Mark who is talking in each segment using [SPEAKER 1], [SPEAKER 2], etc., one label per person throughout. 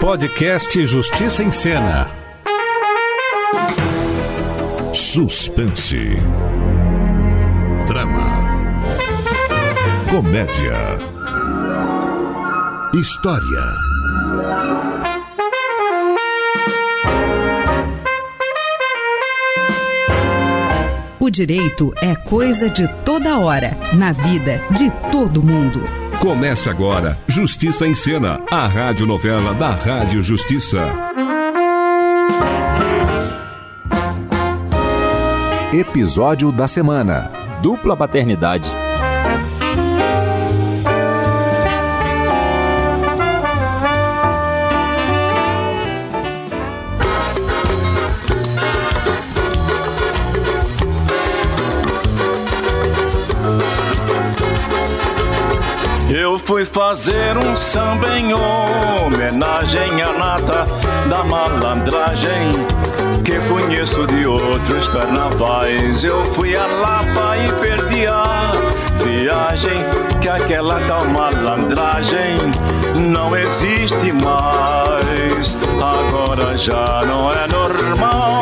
[SPEAKER 1] Podcast Justiça em Cena.
[SPEAKER 2] Suspense. Drama. Comédia. História.
[SPEAKER 3] O direito é coisa de toda hora, na vida de todo mundo.
[SPEAKER 4] Começa agora Justiça em Cena, a radionovela da Rádio Justiça.
[SPEAKER 5] Episódio da semana.
[SPEAKER 6] Dupla paternidade.
[SPEAKER 7] Eu fui fazer um samba em homenagem à nata da malandragem que conheço de outros carnavais. Eu fui a Lapa e perdi a viagem que aquela tal malandragem não existe mais. Agora já não é normal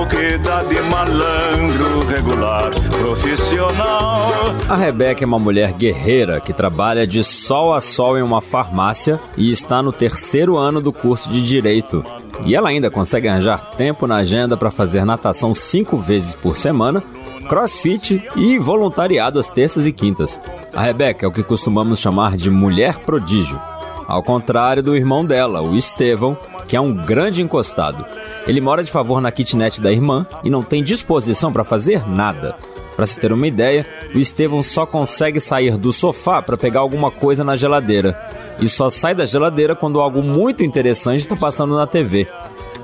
[SPEAKER 7] o que dá de malandro regular profissional.
[SPEAKER 6] A Rebeca é uma mulher guerreira que trabalha de sol a sol em uma farmácia e está no terceiro ano do curso de direito. E ela ainda consegue arranjar tempo na agenda para fazer natação cinco vezes por semana, crossfit e voluntariado às terças e quintas. A Rebeca é o que costumamos chamar de mulher prodígio. Ao contrário do irmão dela, o Estevão, que é um grande encostado. Ele mora de favor na kitnet da irmã e não tem disposição para fazer nada. Para se ter uma ideia, o Estevão só consegue sair do sofá para pegar alguma coisa na geladeira. E só sai da geladeira quando algo muito interessante está passando na TV.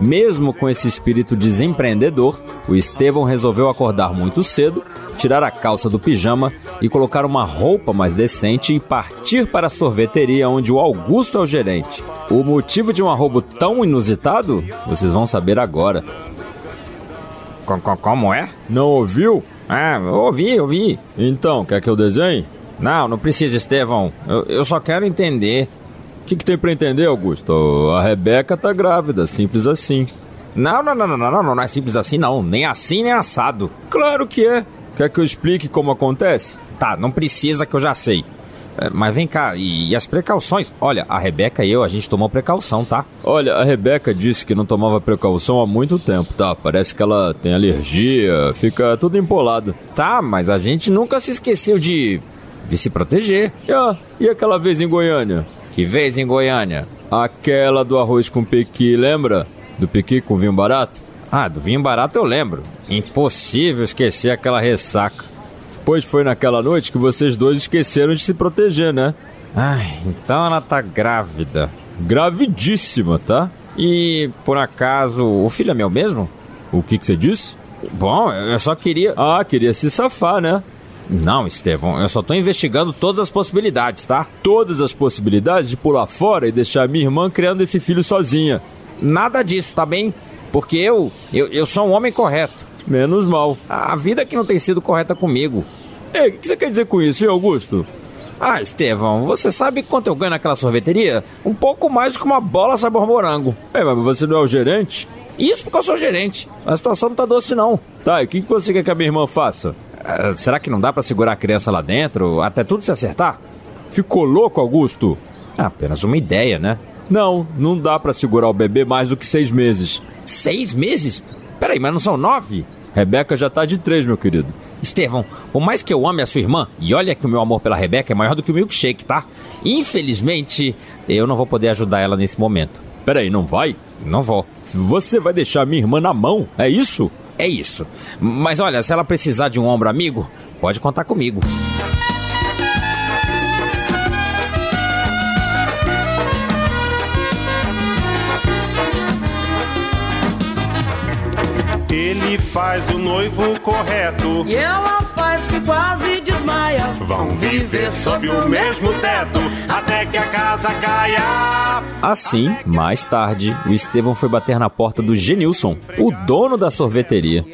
[SPEAKER 6] Mesmo com esse espírito desempreendedor, o Estevão resolveu acordar muito cedo, tirar a calça do pijama e colocar uma roupa mais decente e partir para a sorveteria onde o Augusto é o gerente. O motivo de um arrobo tão inusitado? Vocês vão saber agora.
[SPEAKER 8] Como é?
[SPEAKER 6] Não ouviu?
[SPEAKER 8] Ah, ouvi, ouvi.
[SPEAKER 6] Então, quer que eu desenhe?
[SPEAKER 8] Não, não precisa, Estevão. Eu, eu só quero entender.
[SPEAKER 6] O que, que tem para entender, Augusto? A Rebeca tá grávida, simples assim.
[SPEAKER 8] Não, não, não, não, não, não, não é simples assim, não. Nem assim, nem assado.
[SPEAKER 6] Claro que é. Quer que eu explique como acontece?
[SPEAKER 8] Tá, não precisa que eu já sei. É, Mas vem cá, e, e as precauções? Olha, a Rebeca e eu, a gente tomou precaução, tá?
[SPEAKER 6] Olha, a Rebeca disse que não tomava precaução há muito tempo, tá? Parece que ela tem alergia, fica tudo empolada.
[SPEAKER 8] Tá, mas a gente nunca se esqueceu de. de se proteger.
[SPEAKER 6] Ah, e aquela vez em Goiânia?
[SPEAKER 8] Que vez em Goiânia?
[SPEAKER 6] Aquela do arroz com pequi, lembra? Do pequi com vinho barato?
[SPEAKER 8] Ah, do vinho barato eu lembro. Impossível esquecer aquela ressaca.
[SPEAKER 6] Pois foi naquela noite que vocês dois esqueceram de se proteger, né?
[SPEAKER 8] Ai, então ela tá grávida.
[SPEAKER 6] Gravidíssima, tá?
[SPEAKER 8] E, por acaso, o filho é meu mesmo?
[SPEAKER 6] O que que você disse?
[SPEAKER 8] Bom, eu só queria.
[SPEAKER 6] Ah, queria se safar, né?
[SPEAKER 8] Não, Estevão, eu só tô investigando todas as possibilidades, tá?
[SPEAKER 6] Todas as possibilidades de pular fora e deixar minha irmã criando esse filho sozinha.
[SPEAKER 8] Nada disso, tá bem? Porque eu, eu, eu sou um homem correto.
[SPEAKER 6] Menos mal.
[SPEAKER 8] A vida que não tem sido correta comigo.
[SPEAKER 6] Ei, o que você quer dizer com isso, hein, Augusto?
[SPEAKER 8] Ah, Estevão, você sabe quanto eu ganho naquela sorveteria? Um pouco mais do que uma bola sabor morango.
[SPEAKER 6] É, mas você não é o gerente?
[SPEAKER 8] Isso porque eu sou gerente. A situação não tá doce, não.
[SPEAKER 6] Tá, e o que que você quer que a minha irmã faça?
[SPEAKER 8] Ah, será que não dá pra segurar a criança lá dentro, até tudo se acertar?
[SPEAKER 6] Ficou louco, Augusto?
[SPEAKER 8] Ah, apenas uma ideia, né?
[SPEAKER 6] Não, não dá pra segurar o bebê mais do que seis meses.
[SPEAKER 8] Seis meses? Peraí, mas não são nove?
[SPEAKER 6] Rebeca já tá de três, meu querido.
[SPEAKER 8] Estevão, por mais que eu ame a sua irmã, e olha que o meu amor pela Rebeca é maior do que o milkshake, tá? Infelizmente, eu não vou poder ajudar ela nesse momento.
[SPEAKER 6] Peraí, não vai?
[SPEAKER 8] Não vou.
[SPEAKER 6] Você vai deixar minha irmã na mão, é isso?
[SPEAKER 8] É isso. Mas olha, se ela precisar de um ombro amigo, pode contar comigo.
[SPEAKER 9] Ele faz o noivo correto.
[SPEAKER 10] E ela faz que quase desmaia.
[SPEAKER 9] Vão viver sob o mesmo teto até que a casa caia.
[SPEAKER 6] Assim, mais tarde, o Estevão foi bater na porta do Genilson, o dono da sorveteria.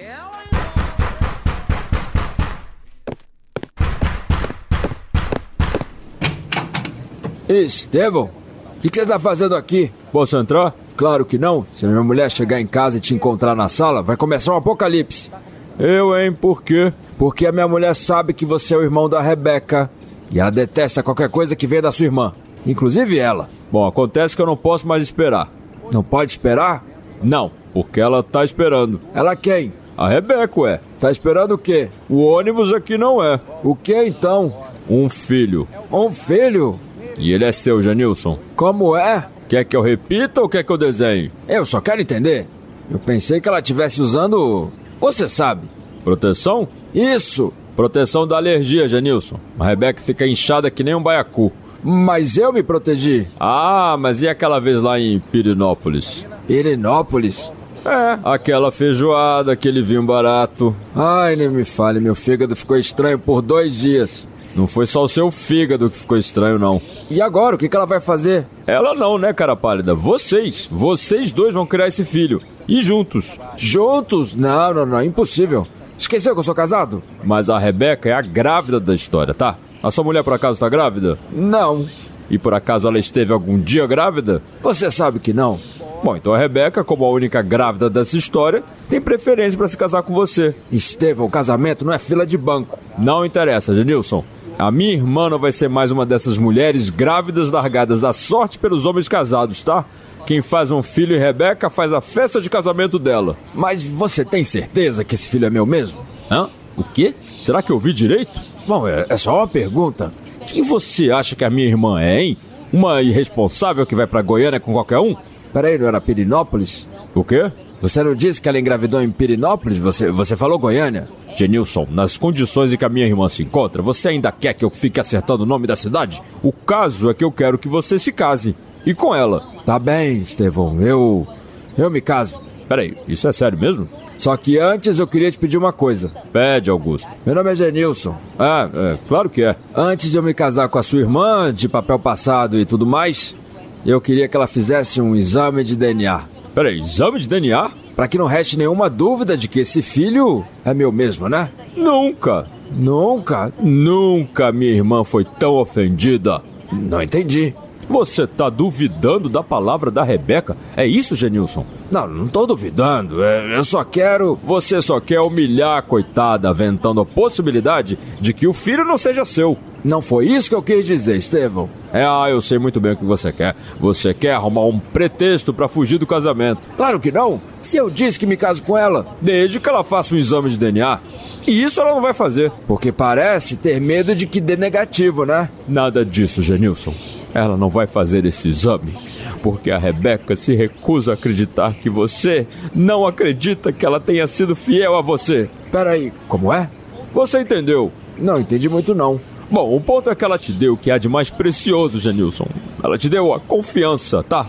[SPEAKER 11] Estevão, que que você tá fazendo aqui?
[SPEAKER 6] Posso entrar?
[SPEAKER 11] Claro que não. Se minha mulher chegar em casa e te encontrar na sala, vai começar um apocalipse.
[SPEAKER 6] Eu, hein? Por quê?
[SPEAKER 11] Porque a minha mulher sabe que você é o irmão da Rebeca. E ela detesta qualquer coisa que venha da sua irmã. Inclusive ela.
[SPEAKER 6] Bom, acontece que eu não posso mais esperar.
[SPEAKER 11] Não pode esperar?
[SPEAKER 6] Não, porque ela tá esperando.
[SPEAKER 11] Ela quem?
[SPEAKER 6] A Rebeca, ué.
[SPEAKER 11] Tá esperando o quê?
[SPEAKER 6] O ônibus aqui não é.
[SPEAKER 11] O que então?
[SPEAKER 6] Um filho.
[SPEAKER 11] Um filho?
[SPEAKER 6] E ele é seu, Janilson.
[SPEAKER 11] Como é?
[SPEAKER 6] Quer que eu repita ou quer que eu desenhe?
[SPEAKER 11] Eu só quero entender. Eu pensei que ela estivesse usando. Você sabe.
[SPEAKER 6] Proteção?
[SPEAKER 11] Isso!
[SPEAKER 6] Proteção da alergia, Janilson. A Rebeca fica inchada que nem um baiacu.
[SPEAKER 11] Mas eu me protegi.
[SPEAKER 6] Ah, mas e aquela vez lá em Pirinópolis?
[SPEAKER 11] Pirinópolis?
[SPEAKER 6] É, aquela feijoada, aquele vinho barato.
[SPEAKER 11] Ai, nem me fale, meu fígado ficou estranho por dois dias.
[SPEAKER 6] Não foi só o seu fígado que ficou estranho, não.
[SPEAKER 11] E agora, o que, que ela vai fazer?
[SPEAKER 6] Ela não, né, cara pálida? Vocês. Vocês dois vão criar esse filho. E juntos.
[SPEAKER 11] Juntos? Não, não, não. Impossível. Esqueceu que eu sou casado?
[SPEAKER 6] Mas a Rebeca é a grávida da história, tá? A sua mulher, por acaso, tá grávida?
[SPEAKER 11] Não.
[SPEAKER 6] E por acaso ela esteve algum dia grávida?
[SPEAKER 11] Você sabe que não.
[SPEAKER 6] Bom, então a Rebeca, como a única grávida dessa história, tem preferência para se casar com você.
[SPEAKER 11] Estevão, casamento não é fila de banco.
[SPEAKER 6] Não interessa, Genilson. A minha irmã não vai ser mais uma dessas mulheres grávidas largadas à sorte pelos homens casados, tá? Quem faz um filho em Rebeca faz a festa de casamento dela.
[SPEAKER 11] Mas você tem certeza que esse filho é meu mesmo?
[SPEAKER 6] Hã? O quê? Será que eu vi direito?
[SPEAKER 11] Bom, é, é só uma pergunta.
[SPEAKER 6] Quem você acha que a minha irmã é, hein? Uma irresponsável que vai pra Goiânia com qualquer um?
[SPEAKER 11] Peraí, não era Pirinópolis?
[SPEAKER 6] O quê?
[SPEAKER 11] Você não disse que ela engravidou em Pirinópolis? Você, você falou Goiânia?
[SPEAKER 6] Genilson, nas condições em que a minha irmã se encontra, você ainda quer que eu fique acertando o nome da cidade? O caso é que eu quero que você se case. E com ela.
[SPEAKER 11] Tá bem, Estevão. Eu. Eu me caso.
[SPEAKER 6] Peraí, isso é sério mesmo?
[SPEAKER 11] Só que antes eu queria te pedir uma coisa.
[SPEAKER 6] Pede, Augusto.
[SPEAKER 11] Meu nome é Genilson.
[SPEAKER 6] Ah, é, claro que é.
[SPEAKER 11] Antes de eu me casar com a sua irmã, de papel passado e tudo mais, eu queria que ela fizesse um exame de DNA.
[SPEAKER 6] Peraí, exame de DNA?
[SPEAKER 11] Para que não reste nenhuma dúvida de que esse filho é meu mesmo, né?
[SPEAKER 6] Nunca!
[SPEAKER 11] Nunca?
[SPEAKER 6] Nunca minha irmã foi tão ofendida.
[SPEAKER 11] Não entendi.
[SPEAKER 6] Você tá duvidando da palavra da Rebeca? É isso, Genilson?
[SPEAKER 11] Não, não tô duvidando.
[SPEAKER 6] É,
[SPEAKER 11] Eu só quero.
[SPEAKER 6] Você só quer humilhar a coitada, aventando a possibilidade de que o filho não seja seu.
[SPEAKER 11] Não foi isso que eu quis dizer, Estevão.
[SPEAKER 6] É, ah, eu sei muito bem o que você quer. Você quer arrumar um pretexto para fugir do casamento.
[SPEAKER 11] Claro que não. Se eu disse que me caso com ela.
[SPEAKER 6] Desde que ela faça um exame de DNA. E isso ela não vai fazer.
[SPEAKER 11] Porque parece ter medo de que dê negativo, né?
[SPEAKER 6] Nada disso, Genilson. Ela não vai fazer esse exame. Porque a Rebeca se recusa a acreditar que você não acredita que ela tenha sido fiel a você.
[SPEAKER 11] Peraí, como é?
[SPEAKER 6] Você entendeu?
[SPEAKER 11] Não entendi muito, não.
[SPEAKER 6] Bom, o ponto é que ela te deu o que há de mais precioso, Janilson. Ela te deu a confiança, tá?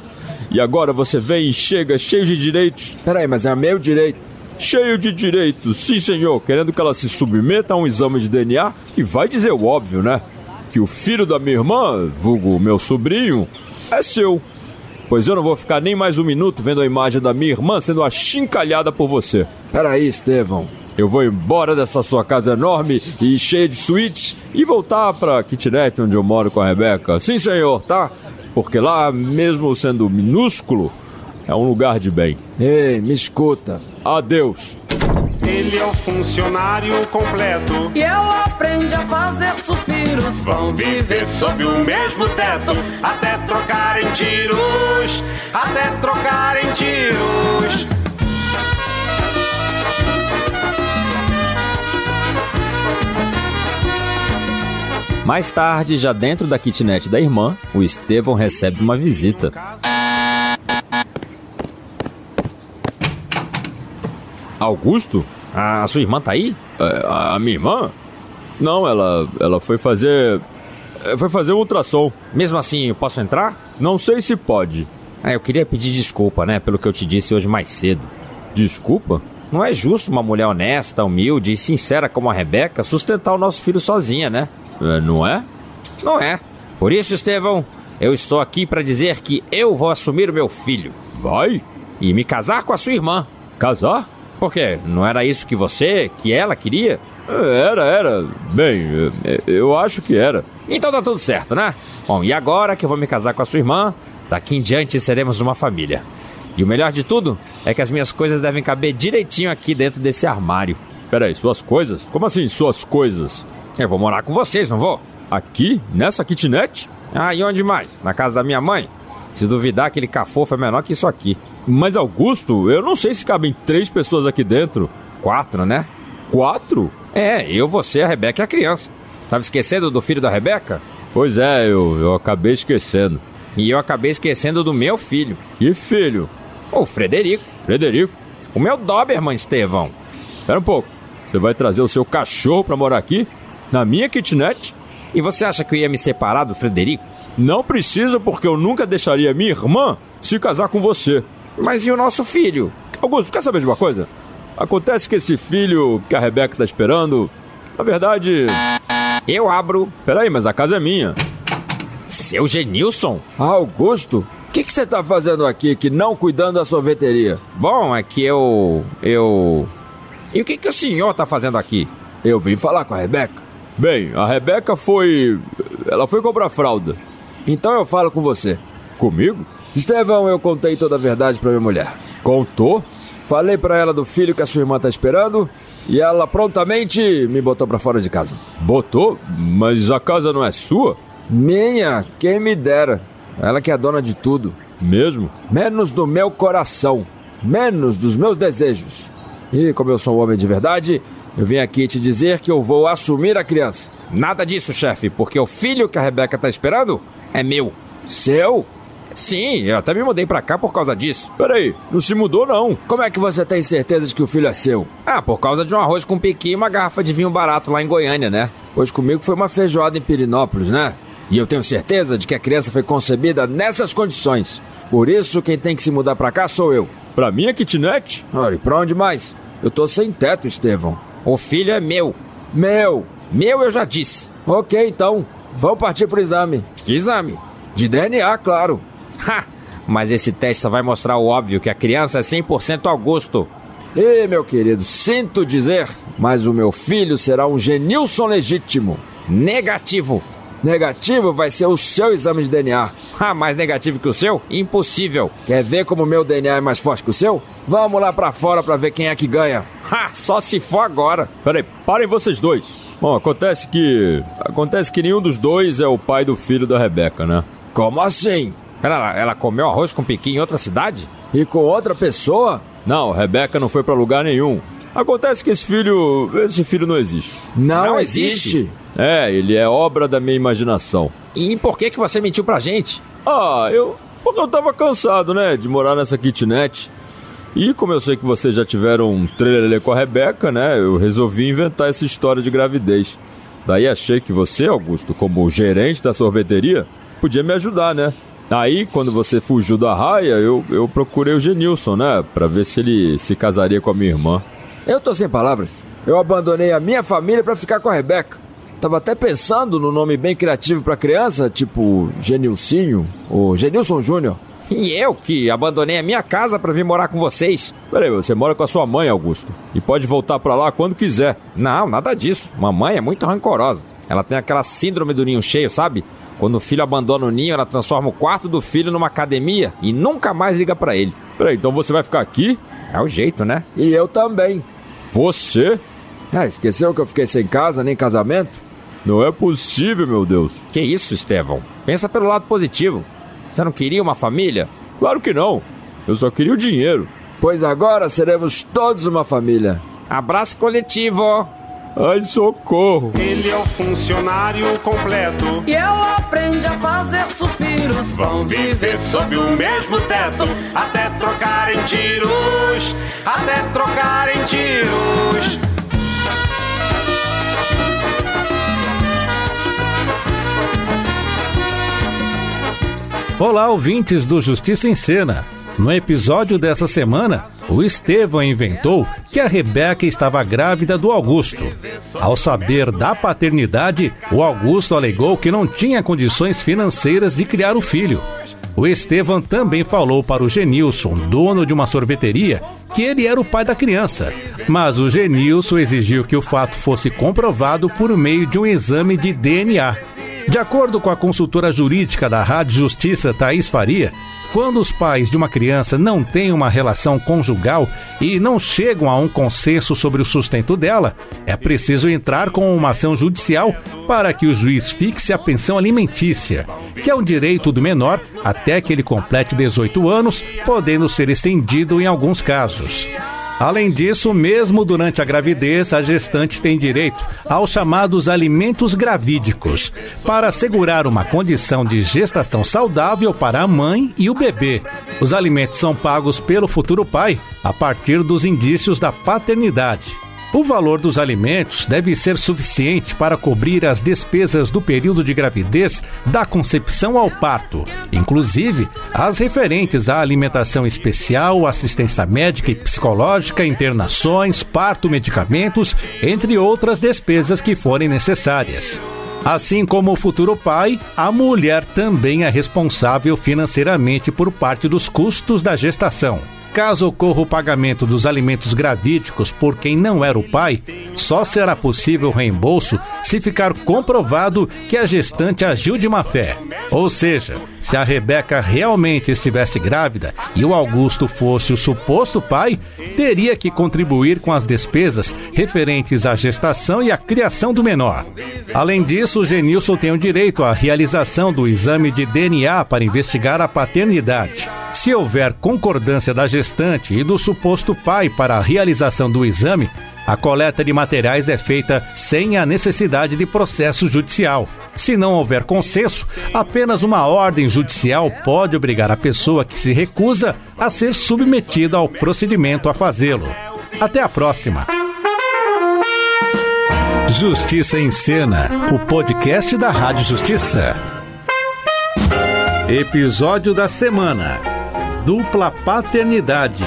[SPEAKER 6] E agora você vem e chega cheio de direitos.
[SPEAKER 11] Peraí, mas é meu direito.
[SPEAKER 6] Cheio de direitos, sim senhor, querendo que ela se submeta a um exame de DNA que vai dizer o óbvio, né? Que o filho da minha irmã, vulgo meu sobrinho, é seu. Pois eu não vou ficar nem mais um minuto vendo a imagem da minha irmã sendo achincalhada por você.
[SPEAKER 11] Peraí, Estevão,
[SPEAKER 6] eu vou embora dessa sua casa enorme e cheia de suítes e voltar para kitnet onde eu moro com a Rebeca. Sim, senhor, tá? Porque lá, mesmo sendo minúsculo, é um lugar de bem.
[SPEAKER 11] Ei, me escuta.
[SPEAKER 6] Adeus.
[SPEAKER 9] Ele é o funcionário completo.
[SPEAKER 10] E ela aprende a fazer suspiros.
[SPEAKER 9] Vão viver sob o mesmo teto. Até trocarem tiros. Até trocarem tiros.
[SPEAKER 8] Mais tarde, já dentro da kitnet da irmã, o Estevão recebe uma visita.
[SPEAKER 6] Augusto?
[SPEAKER 8] A sua irmã tá aí?
[SPEAKER 6] É, A, a, minha irmã? Não, ela, ela foi fazer. Foi fazer um ultrassom.
[SPEAKER 8] Mesmo assim, eu posso entrar?
[SPEAKER 6] Não sei se pode.
[SPEAKER 8] Ah, eu queria pedir desculpa, né, pelo que eu te disse hoje mais cedo.
[SPEAKER 6] Desculpa?
[SPEAKER 8] Não é justo uma mulher honesta, humilde e sincera como a Rebeca sustentar o nosso filho sozinha, né?
[SPEAKER 6] É, não é?
[SPEAKER 8] Não é. Por isso, Estevão, eu estou aqui para dizer que eu vou assumir o meu filho.
[SPEAKER 6] Vai?
[SPEAKER 8] E me casar com a sua irmã.
[SPEAKER 6] Casar?
[SPEAKER 8] Por quê? Não era isso que você, que ela queria?
[SPEAKER 6] Era, era. Bem, eu acho que era.
[SPEAKER 8] Então tá tudo certo, né? Bom, e agora que eu vou me casar com a sua irmã, Daqui em diante seremos uma família. E o melhor de tudo é que as minhas coisas devem caber direitinho aqui dentro desse armário.
[SPEAKER 6] Peraí, suas coisas? Como assim suas coisas?
[SPEAKER 8] Eu vou morar com vocês, não vou?
[SPEAKER 6] Aqui? Nessa kitnet?
[SPEAKER 8] Ah, e onde mais? Na casa da minha mãe? Se duvidar, aquele cafofo é menor que isso aqui.
[SPEAKER 6] Mas, Augusto, eu não sei se cabem três pessoas aqui dentro.
[SPEAKER 8] Quatro, né?
[SPEAKER 6] Quatro?
[SPEAKER 8] É, eu, você, a Rebeca e a criança. Tava esquecendo do filho da Rebeca?
[SPEAKER 6] Pois é, eu, eu acabei esquecendo.
[SPEAKER 8] E eu acabei esquecendo do meu filho.
[SPEAKER 6] Que filho?
[SPEAKER 8] O Frederico.
[SPEAKER 6] Frederico?
[SPEAKER 8] O meu Doberman, Estevão.
[SPEAKER 6] Espera um pouco. Você vai trazer o seu cachorro para morar aqui? Na minha kitnet?
[SPEAKER 8] E você acha que eu ia me separar do Frederico?
[SPEAKER 6] Não precisa, porque eu nunca deixaria minha irmã se casar com você.
[SPEAKER 8] Mas e o nosso filho?
[SPEAKER 6] Augusto, quer saber de uma coisa? Acontece que esse filho que a Rebeca tá esperando, na verdade.
[SPEAKER 8] Eu abro.
[SPEAKER 6] Peraí, mas a casa é minha.
[SPEAKER 8] Seu Genilson?
[SPEAKER 11] Ah, Augusto? O que você tá fazendo aqui que não cuidando da sorveteria?
[SPEAKER 8] Bom, é que eu. Eu. E o que, que o senhor tá fazendo aqui?
[SPEAKER 11] Eu vim falar com a Rebeca.
[SPEAKER 6] Bem, a Rebeca foi. Ela foi comprar fralda.
[SPEAKER 11] Então eu falo com você.
[SPEAKER 6] Comigo?
[SPEAKER 11] Estevão, eu contei toda a verdade para minha mulher.
[SPEAKER 6] Contou?
[SPEAKER 11] Falei para ela do filho que a sua irmã tá esperando e ela prontamente me botou para fora de casa.
[SPEAKER 6] Botou? Mas a casa não é sua?
[SPEAKER 11] Minha, quem me dera. Ela que é dona de tudo.
[SPEAKER 6] Mesmo?
[SPEAKER 11] Menos do meu coração, menos dos meus desejos. E como eu sou um homem de verdade, eu vim aqui te dizer que eu vou assumir a criança.
[SPEAKER 8] Nada disso, chefe, porque o filho que a Rebeca tá esperando é meu.
[SPEAKER 11] Seu?
[SPEAKER 8] Sim, eu até me mudei para cá por causa disso.
[SPEAKER 6] Peraí, não se mudou não.
[SPEAKER 11] Como é que você tem certeza de que o filho é seu?
[SPEAKER 8] Ah, por causa de um arroz com piqui e uma garrafa de vinho barato lá em Goiânia, né?
[SPEAKER 11] Hoje comigo foi uma feijoada em Pirinópolis, né? E eu tenho certeza de que a criança foi concebida nessas condições. Por isso, quem tem que se mudar para cá sou eu.
[SPEAKER 6] Pra mim é kitnet?
[SPEAKER 11] Olha, e pra onde mais? Eu tô sem teto, Estevão.
[SPEAKER 8] O filho é meu.
[SPEAKER 11] Meu.
[SPEAKER 8] Meu eu já disse.
[SPEAKER 11] Ok, então. Vamos partir pro exame.
[SPEAKER 8] Que exame?
[SPEAKER 11] De DNA, claro.
[SPEAKER 8] Ha! Mas esse teste só vai mostrar o óbvio, que a criança é 100% Augusto.
[SPEAKER 11] E meu querido, sinto dizer, mas o meu filho será um Genilson legítimo.
[SPEAKER 8] Negativo.
[SPEAKER 11] Negativo vai ser o seu exame de DNA.
[SPEAKER 8] Ah, mais negativo que o seu? Impossível.
[SPEAKER 11] Quer ver como o meu DNA é mais forte que o seu? Vamos lá para fora para ver quem é que ganha.
[SPEAKER 8] Ah, só se for agora.
[SPEAKER 6] Peraí, parem vocês dois. Bom, acontece que. Acontece que nenhum dos dois é o pai do filho da Rebeca, né?
[SPEAKER 11] Como assim?
[SPEAKER 8] Pera, ela, ela comeu arroz com piqui em outra cidade?
[SPEAKER 11] E com outra pessoa?
[SPEAKER 6] Não, Rebeca não foi para lugar nenhum. Acontece que esse filho. Esse filho não existe.
[SPEAKER 11] Não, não existe. existe?
[SPEAKER 6] É, ele é obra da minha imaginação.
[SPEAKER 8] E por que que você mentiu pra gente?
[SPEAKER 6] Ah, eu. Porque eu tava cansado, né? De morar nessa kitnet. E como eu sei que vocês já tiveram um trelelê com a Rebeca, né? Eu resolvi inventar essa história de gravidez. Daí achei que você, Augusto, como gerente da sorveteria, podia me ajudar, né? Aí, quando você fugiu da raia, eu, eu procurei o Genilson, né? Pra ver se ele se casaria com a minha irmã.
[SPEAKER 11] Eu tô sem palavras. Eu abandonei a minha família para ficar com a Rebeca. Tava até pensando no nome bem criativo pra criança, tipo Genilcinho ou Genilson Júnior.
[SPEAKER 8] E eu que abandonei a minha casa para vir morar com vocês.
[SPEAKER 6] Peraí, você mora com a sua mãe, Augusto. E pode voltar para lá quando quiser.
[SPEAKER 8] Não, nada disso. Mamãe é muito rancorosa. Ela tem aquela síndrome do ninho cheio, sabe? Quando o filho abandona o ninho, ela transforma o quarto do filho numa academia e nunca mais liga para ele.
[SPEAKER 6] Peraí, então você vai ficar aqui?
[SPEAKER 8] É o jeito, né?
[SPEAKER 11] E eu também.
[SPEAKER 6] Você? É,
[SPEAKER 11] Ah, esqueceu que eu fiquei sem casa, nem casamento?
[SPEAKER 6] Não é possível, meu Deus.
[SPEAKER 8] Que isso, Estevão? Pensa pelo lado positivo. Você não queria uma família?
[SPEAKER 6] Claro que não. Eu só queria o dinheiro.
[SPEAKER 11] Pois agora seremos todos uma família.
[SPEAKER 8] Abraço coletivo.
[SPEAKER 6] Ai, socorro.
[SPEAKER 9] Ele é o funcionário completo.
[SPEAKER 10] E ela aprende a fazer suspiros.
[SPEAKER 9] Vão viver sob o mesmo teto. Até trocarem tiros. Até trocarem tiros.
[SPEAKER 1] Olá, ouvintes do Justiça em Cena. No episódio dessa semana, o Estevão inventou que a Rebeca estava grávida do Augusto. Ao saber da paternidade, o Augusto alegou que não tinha condições financeiras de criar o filho. O Estevão também falou para o Genilson, dono de uma sorveteria, que ele era o pai da criança. Mas o Genilson exigiu que o fato fosse comprovado por meio de um exame de DNA. De acordo com a consultora jurídica da Rádio Justiça, Thaís Faria, quando os pais de uma criança não têm uma relação conjugal e não chegam a um consenso sobre o sustento dela, é preciso entrar com uma ação judicial para que o juiz fixe a pensão alimentícia, que é um direito do menor até que ele complete 18 anos, podendo ser estendido em alguns casos. Além disso, mesmo durante a gravidez, a gestante tem direito aos chamados alimentos gravídicos, para assegurar uma condição de gestação saudável para a mãe e o bebê. Os alimentos são pagos pelo futuro pai a partir dos indícios da paternidade. O valor dos alimentos deve ser suficiente para cobrir as despesas do período de gravidez da concepção ao parto, inclusive as referentes à alimentação especial, assistência médica e psicológica, internações, parto, medicamentos, entre outras despesas que forem necessárias. Assim como o futuro pai, a mulher também é responsável financeiramente por parte dos custos da gestação caso ocorra o pagamento dos alimentos gravídicos por quem não era o pai, só será possível reembolso se ficar comprovado que a gestante agiu de má fé. Ou seja, se a Rebeca realmente estivesse grávida e o Augusto fosse o suposto pai, teria que contribuir com as despesas referentes à gestação e à criação do menor. Além disso, o Genilson tem o direito à realização do exame de DNA para investigar a paternidade. Se houver concordância da gestante e do suposto pai para a realização do exame, a coleta de materiais é feita sem a necessidade de processo judicial. Se não houver consenso, apenas uma ordem judicial pode obrigar a pessoa que se recusa a ser submetida ao procedimento a fazê-lo. Até a próxima. Justiça em Cena, o podcast da Rádio Justiça. Episódio da semana dupla paternidade.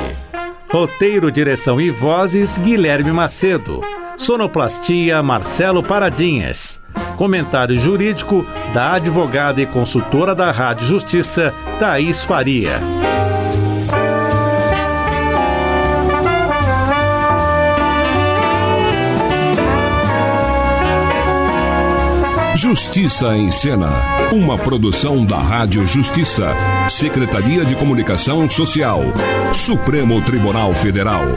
[SPEAKER 1] Roteiro, direção e vozes: Guilherme Macedo. Sonoplastia: Marcelo Paradinhas. Comentário jurídico da advogada e consultora da Rádio Justiça, Thaís Faria.
[SPEAKER 4] Justiça em Cena, uma produção da Rádio Justiça, Secretaria de Comunicação Social, Supremo Tribunal Federal.